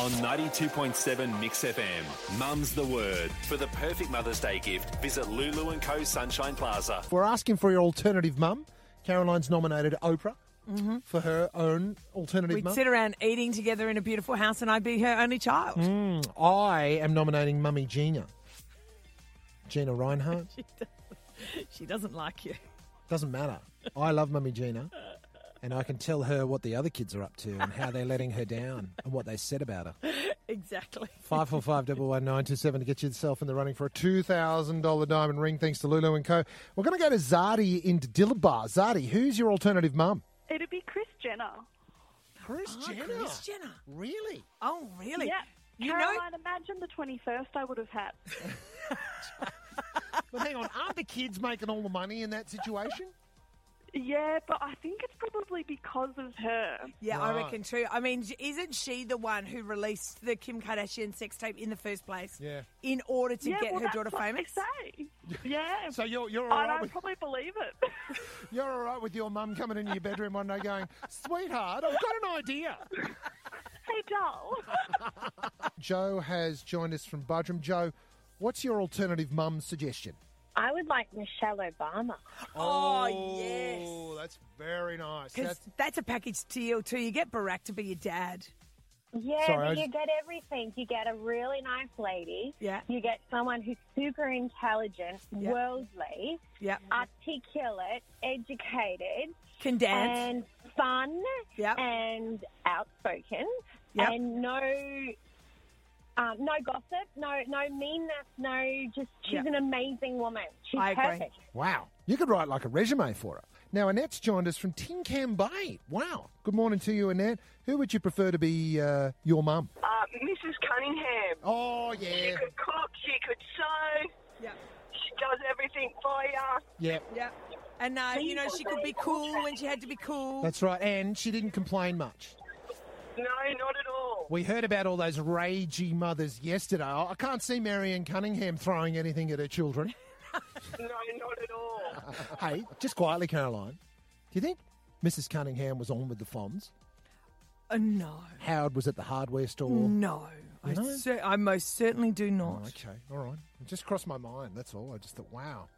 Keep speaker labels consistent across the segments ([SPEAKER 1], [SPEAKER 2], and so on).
[SPEAKER 1] on 92.7 Mix FM. Mum's the word. For the perfect Mother's Day gift, visit Lulu and Co. Sunshine Plaza.
[SPEAKER 2] We're asking for your alternative mum. Caroline's nominated Oprah for her own alternative
[SPEAKER 3] We'd
[SPEAKER 2] mum.
[SPEAKER 3] sit around eating together in a beautiful house, and I'd be her only child.
[SPEAKER 2] Mm. I am nominating Mummy Gina. Gina Reinhardt.
[SPEAKER 3] She doesn't like you.
[SPEAKER 2] Doesn't matter. I love Mummy Gina. And I can tell her what the other kids are up to and how they're letting her down and what they said about her.
[SPEAKER 3] Exactly.
[SPEAKER 2] Five four five double one nine two seven to get yourself in the running for a two thousand dollar diamond ring. Thanks to Lulu and Co. We're going to go to Zardi in Dillabar. Zardi, who's your alternative mum?
[SPEAKER 4] It'd be Chris Jenner.
[SPEAKER 2] Ah, Chris
[SPEAKER 3] Chris Jenner.
[SPEAKER 2] Really?
[SPEAKER 3] Oh, really?
[SPEAKER 4] Yeah.
[SPEAKER 3] You know,
[SPEAKER 4] Caroline, imagine the 21st I would have had.
[SPEAKER 2] But hang on, aren't the kids making all the money in that situation?
[SPEAKER 4] Yeah, but I think it's probably because of her.
[SPEAKER 3] yeah, I
[SPEAKER 2] Right.
[SPEAKER 3] reckon too. I mean, j- isn't she the one who released the Kim Kardashian sex tape in the first place?
[SPEAKER 2] Yeah.
[SPEAKER 3] In order to
[SPEAKER 4] yeah,
[SPEAKER 3] get
[SPEAKER 4] well,
[SPEAKER 3] her
[SPEAKER 4] that's
[SPEAKER 3] daughter
[SPEAKER 4] what
[SPEAKER 3] famous?
[SPEAKER 4] They say. Yeah.
[SPEAKER 2] So you're you're all
[SPEAKER 4] and
[SPEAKER 2] right
[SPEAKER 4] I
[SPEAKER 2] with,
[SPEAKER 4] probably believe it.
[SPEAKER 2] you're all right with your mum coming into your bedroom one day going, sweetheart, I've got an idea.
[SPEAKER 4] hey, doll.
[SPEAKER 2] Joe has joined us from Budrum. Joe, what's your alternative mum suggestion?
[SPEAKER 5] I would like Michelle Obama.
[SPEAKER 3] Oh, yes.
[SPEAKER 2] that's very nice.
[SPEAKER 3] Because
[SPEAKER 2] That's-
[SPEAKER 3] that's... a package deal too. You get Barack to be your dad.
[SPEAKER 5] Yeah,
[SPEAKER 2] Sorry, I
[SPEAKER 5] but you
[SPEAKER 2] just-
[SPEAKER 5] get everything. You get a really nice lady.
[SPEAKER 3] Yeah.
[SPEAKER 5] You get someone who's super intelligent,
[SPEAKER 3] Yeah.
[SPEAKER 5] worldly,
[SPEAKER 3] Yeah.
[SPEAKER 5] articulate, educated,
[SPEAKER 3] Can dance.
[SPEAKER 5] and fun,
[SPEAKER 3] Yep.
[SPEAKER 5] and outspoken,
[SPEAKER 3] Yep.
[SPEAKER 5] and no. Um, no gossip, no no meanness, no. Just she's
[SPEAKER 3] Yep.
[SPEAKER 5] an amazing woman. She's
[SPEAKER 3] I agree.
[SPEAKER 5] perfect.
[SPEAKER 2] wow. You could write like a resume for her. Now, Annette's joined us from Tinkham Bay. Wow. Good morning to you, Annette. Who would you prefer to be uh, your mum?
[SPEAKER 6] Uh, Mrs. Cunningham.
[SPEAKER 2] Oh,
[SPEAKER 6] She
[SPEAKER 2] yeah.
[SPEAKER 6] could cook, she could sew,
[SPEAKER 3] yeah.
[SPEAKER 6] she does everything for you.
[SPEAKER 2] Yeah,
[SPEAKER 3] Yeah. And, uh, you know, she could be cool when she had to be cool.
[SPEAKER 2] that's right. And she didn't complain much.
[SPEAKER 6] No, not at all.
[SPEAKER 2] We heard about all those ragey mothers yesterday. I I can't see Marianne Cunningham throwing anything at her children.
[SPEAKER 6] No, not at all.
[SPEAKER 2] hey, just quietly, Caroline. Do you think Mrs. Cunningham was on with the Fonz?
[SPEAKER 3] Uh, no.
[SPEAKER 2] Howard was at the hardware store?
[SPEAKER 3] No. I,
[SPEAKER 2] No?
[SPEAKER 3] cer- I most certainly do
[SPEAKER 2] Oh,
[SPEAKER 3] not.
[SPEAKER 2] okay, all right. It just crossed my mind. That's all. I just thought, wow,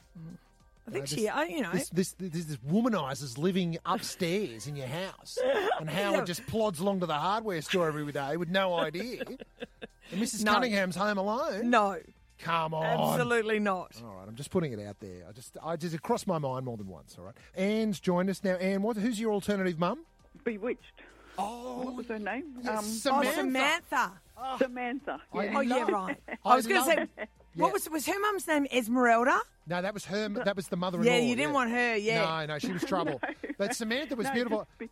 [SPEAKER 3] I think
[SPEAKER 2] this-
[SPEAKER 3] she, I, you know,
[SPEAKER 2] this this this, this womanizer's living upstairs in your house, and Howard just plods along to the hardware store every day with no idea. And Mrs.
[SPEAKER 3] No.
[SPEAKER 2] Cunningham's home alone.
[SPEAKER 3] no,
[SPEAKER 2] Come on. Oh.
[SPEAKER 3] absolutely not.
[SPEAKER 2] All right, I'm just putting it out there. I just, I just, it crossed my mind more than once. All right, Anne's joined us now. Anne, what? Who's your alternative mum?
[SPEAKER 7] Bewitched.
[SPEAKER 2] Oh,
[SPEAKER 7] What was her name? Um,
[SPEAKER 2] yes,
[SPEAKER 3] Oh,
[SPEAKER 2] Samantha.
[SPEAKER 3] Samantha.
[SPEAKER 7] Samantha. Yeah.
[SPEAKER 3] Oh, yeah,
[SPEAKER 2] love-
[SPEAKER 3] right.
[SPEAKER 2] I
[SPEAKER 3] I, was going to
[SPEAKER 2] love-
[SPEAKER 3] say, what was was her mum's name? Esmeralda.
[SPEAKER 2] No, that was her. That was the mother-in-law.
[SPEAKER 3] Yeah, you didn't want her. Yeah.
[SPEAKER 2] No, no, she was trouble. But Samantha was
[SPEAKER 7] No,
[SPEAKER 2] beautiful.
[SPEAKER 7] just be-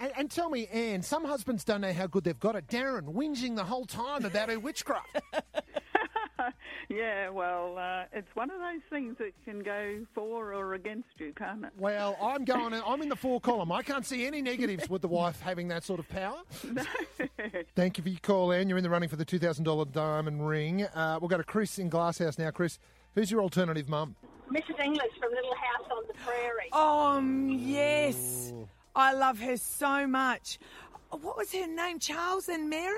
[SPEAKER 2] A- a- and tell me, Anne, some husbands don't know how good they've got it. Darren whinging the whole time about her witchcraft.
[SPEAKER 7] Yeah, well, uh, it's one of those things that can go for or against you, can't it?
[SPEAKER 2] well, I'm going. I'm in the four column. I can't see any negatives with the wife having that sort of power. Thank you for your call, Anne. You're in the running for the two thousand dollar diamond ring. Uh, we'll go to Chris in Glasshouse now. Chris, who's your alternative mum?
[SPEAKER 5] Mrs. English from Little House on the Prairie.
[SPEAKER 3] Um. Yes.
[SPEAKER 2] Oh.
[SPEAKER 3] I love her so much. What was her name? Charles and Mary.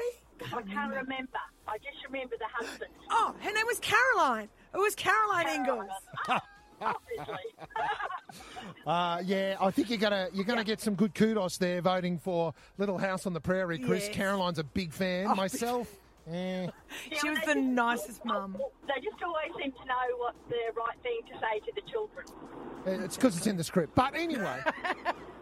[SPEAKER 5] I can't remember. I just remember the husband.
[SPEAKER 3] Oh, her name was Caroline. It was Caroline Ingalls.
[SPEAKER 2] Uh, yeah, I think you're gonna you're gonna get some good kudos there voting for Little House on the Prairie, Chris.
[SPEAKER 3] Yes. Oh,
[SPEAKER 2] Caroline's a big fan. Myself, eh,
[SPEAKER 3] She was the nicest mum.
[SPEAKER 5] They just always seem to know what the right thing to say to the children.
[SPEAKER 2] it's because it's in the script. But anyway,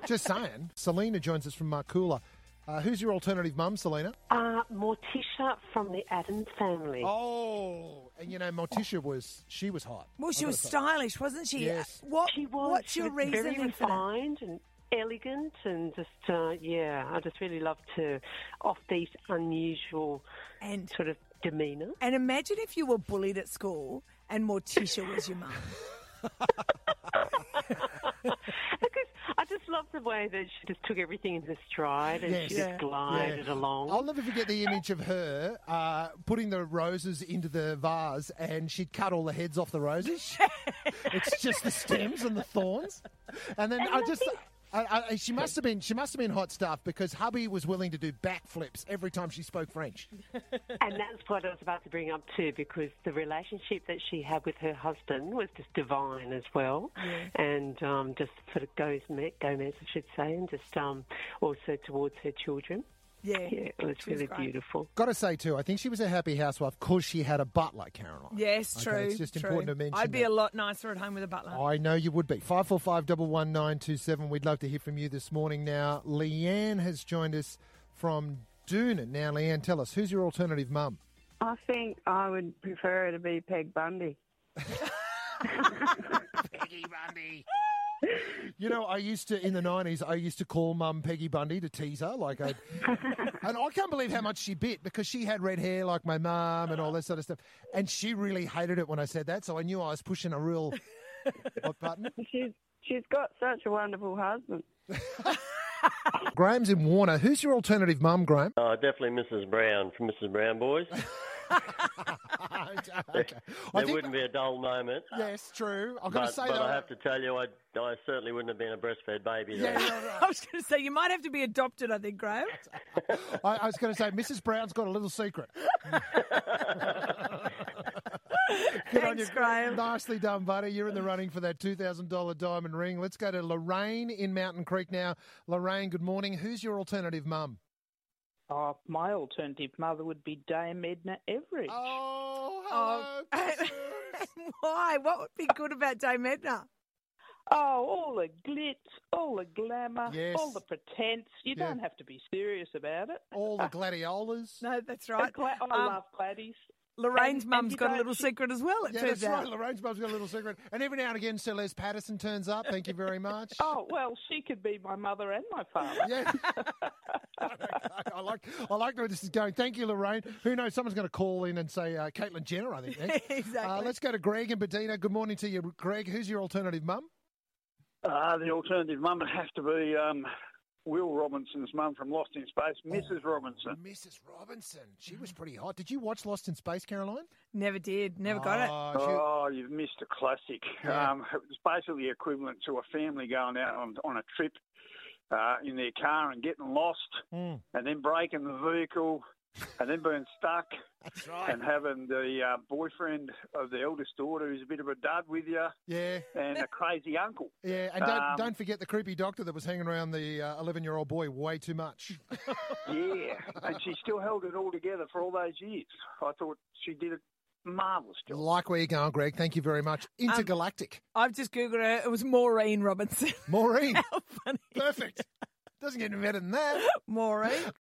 [SPEAKER 2] just saying. Selena joins us from Markula. Uh, who's your alternative mum, Selena?
[SPEAKER 8] Uh, Morticia from the Adams family.
[SPEAKER 2] Oh, and you know Morticia was she was hot.
[SPEAKER 3] Well, she
[SPEAKER 2] I
[SPEAKER 3] was
[SPEAKER 2] gotta say.
[SPEAKER 3] stylish, wasn't she?
[SPEAKER 2] Yes.
[SPEAKER 3] What?
[SPEAKER 8] she was.
[SPEAKER 3] What's
[SPEAKER 8] she
[SPEAKER 3] your
[SPEAKER 8] was Very
[SPEAKER 3] reasoning for that?
[SPEAKER 8] refined and elegant, and just uh, yeah, I just really loved her offbeat, unusual
[SPEAKER 3] And
[SPEAKER 8] sort of demeanour.
[SPEAKER 3] and imagine if you were bullied at school and Morticia was your mum.
[SPEAKER 8] Because I just loved the way that she just took everything in her stride and
[SPEAKER 2] Yes.
[SPEAKER 8] she
[SPEAKER 2] Yeah.
[SPEAKER 8] just glided
[SPEAKER 2] Yeah.
[SPEAKER 8] along.
[SPEAKER 2] I'll never forget the image of her uh, putting the roses into the vase, and she'd cut all the heads off the roses. it's just the stems and the thorns, and then I just. I, I, she must have been she must have been hot stuff because hubby was willing to do backflips every time she spoke French.
[SPEAKER 8] And that's what I was about to bring up too, because the relationship that she had with her husband was just divine as well, and um, just sort of goes Gomez, I should say, and just um, also towards her children.
[SPEAKER 3] Yeah.
[SPEAKER 8] Yeah, it was
[SPEAKER 3] She was
[SPEAKER 8] really
[SPEAKER 3] great.
[SPEAKER 8] beautiful.
[SPEAKER 2] Got to say too, I think she was a happy housewife because she had a butler, Caroline.
[SPEAKER 3] Yes,
[SPEAKER 2] Okay,
[SPEAKER 3] true.
[SPEAKER 2] it's just
[SPEAKER 3] true.
[SPEAKER 2] important to mention.
[SPEAKER 3] I'd be
[SPEAKER 2] that.
[SPEAKER 3] a lot nicer at home with a butler.
[SPEAKER 2] I know you would be. 545 We'd love to hear from you this morning now. Leanne has joined us from Doonan. Now, Leanne, tell us, who's your alternative mum?
[SPEAKER 9] I think I would prefer it to be Peg Bundy.
[SPEAKER 2] You know, I used to, in the 90s, I used to call mum Peggy Bundy to tease her. Like, I, and I can't believe how much she bit because she had red hair like my mum and all that sort of stuff. And she really hated it when I said that. So I knew I was pushing a real hot button.
[SPEAKER 9] She's she's got such a wonderful husband.
[SPEAKER 2] Graham's in Warner. Who's your alternative mum, Graham?
[SPEAKER 10] Oh, definitely Mrs. Brown from Mrs. Brown Boys.
[SPEAKER 2] Okay. I
[SPEAKER 10] There
[SPEAKER 2] think-
[SPEAKER 10] wouldn't be a dull moment.
[SPEAKER 2] Yes, true. I've got
[SPEAKER 10] But,
[SPEAKER 2] to say
[SPEAKER 10] but
[SPEAKER 2] though.
[SPEAKER 10] I have to tell you, I, I certainly wouldn't have been a breastfed baby.
[SPEAKER 2] yeah,
[SPEAKER 10] then.
[SPEAKER 2] yeah, right.
[SPEAKER 3] I was going to say, you might have to be adopted, I think, Graham.
[SPEAKER 2] I, I was going to say, Mrs. Brown's got a little secret. Good on
[SPEAKER 3] Thanks,
[SPEAKER 2] you.
[SPEAKER 3] Graham.
[SPEAKER 2] Nicely done, buddy. You're in the running for that $2,000 diamond ring. Let's go to Lorraine in Mountain Creek now. Lorraine, good morning. Who's your alternative mum?
[SPEAKER 11] Oh, my alternative mother would be Dame Edna Everett.
[SPEAKER 2] Oh,
[SPEAKER 3] Oh, why? What would be good about Dame Edna?
[SPEAKER 11] Oh, all the glitz, all the glamour,
[SPEAKER 2] Yes.
[SPEAKER 11] all the pretense. You
[SPEAKER 2] Yeah.
[SPEAKER 11] don't have to be serious about it.
[SPEAKER 2] All the gladiolas.
[SPEAKER 3] No, that's right.
[SPEAKER 11] Gla- I
[SPEAKER 3] Um,
[SPEAKER 11] love Gladys.
[SPEAKER 3] Lorraine's
[SPEAKER 11] and- and
[SPEAKER 3] mum's
[SPEAKER 11] you
[SPEAKER 3] got a
[SPEAKER 11] don't-
[SPEAKER 3] little
[SPEAKER 11] she-
[SPEAKER 3] secret as well, it
[SPEAKER 2] Yeah,
[SPEAKER 3] turns
[SPEAKER 2] that's right.
[SPEAKER 3] out.
[SPEAKER 2] Lorraine's mum's got a little secret. And every now and again, Sir Les Patterson turns up. Thank you very much.
[SPEAKER 11] Oh, well, she could be my mother and my father.
[SPEAKER 2] Yeah. I like I like where this is going. Thank you, Lorraine. Who knows? Someone's going to call in and say uh, Caitlin Jenner, I think. next.
[SPEAKER 3] Exactly.
[SPEAKER 2] Uh, let's go to Greg and Bedina. Good morning to you, Greg. Who's your alternative mum?
[SPEAKER 12] Uh, the alternative mum would have to be um, Will Robinson's mum from Lost in Space, Mrs. Robinson.
[SPEAKER 2] Mrs. Robinson. She was pretty hot. Did you watch Lost in Space, Caroline?
[SPEAKER 3] Never did. Never got it.
[SPEAKER 2] Oh, she-
[SPEAKER 12] Oh, you've missed a classic.
[SPEAKER 2] Yeah.
[SPEAKER 12] Um, it was basically equivalent to a family going out on, on a trip uh, in their car and getting lost,
[SPEAKER 2] Mm.
[SPEAKER 12] and then breaking the vehicle, and then being stuck, and having the uh, boyfriend of the eldest daughter who's a bit of a dud with you,
[SPEAKER 2] Yeah,
[SPEAKER 12] and a crazy uncle.
[SPEAKER 2] yeah. And don't,
[SPEAKER 12] Um,
[SPEAKER 2] don't forget the creepy doctor that was hanging around the uh, 11 year old boy way too much.
[SPEAKER 12] Yeah, and she still held it all together for all those years. I thought she did a marvellous job.
[SPEAKER 2] like where you're going, Greg. Thank you very much.
[SPEAKER 3] Um,
[SPEAKER 2] Intergalactic.
[SPEAKER 3] I've just Googled her. It was Maureen Robinson.
[SPEAKER 2] Maureen.
[SPEAKER 3] How funny.
[SPEAKER 2] Perfect. Doesn't get any better than that.
[SPEAKER 3] Maureen.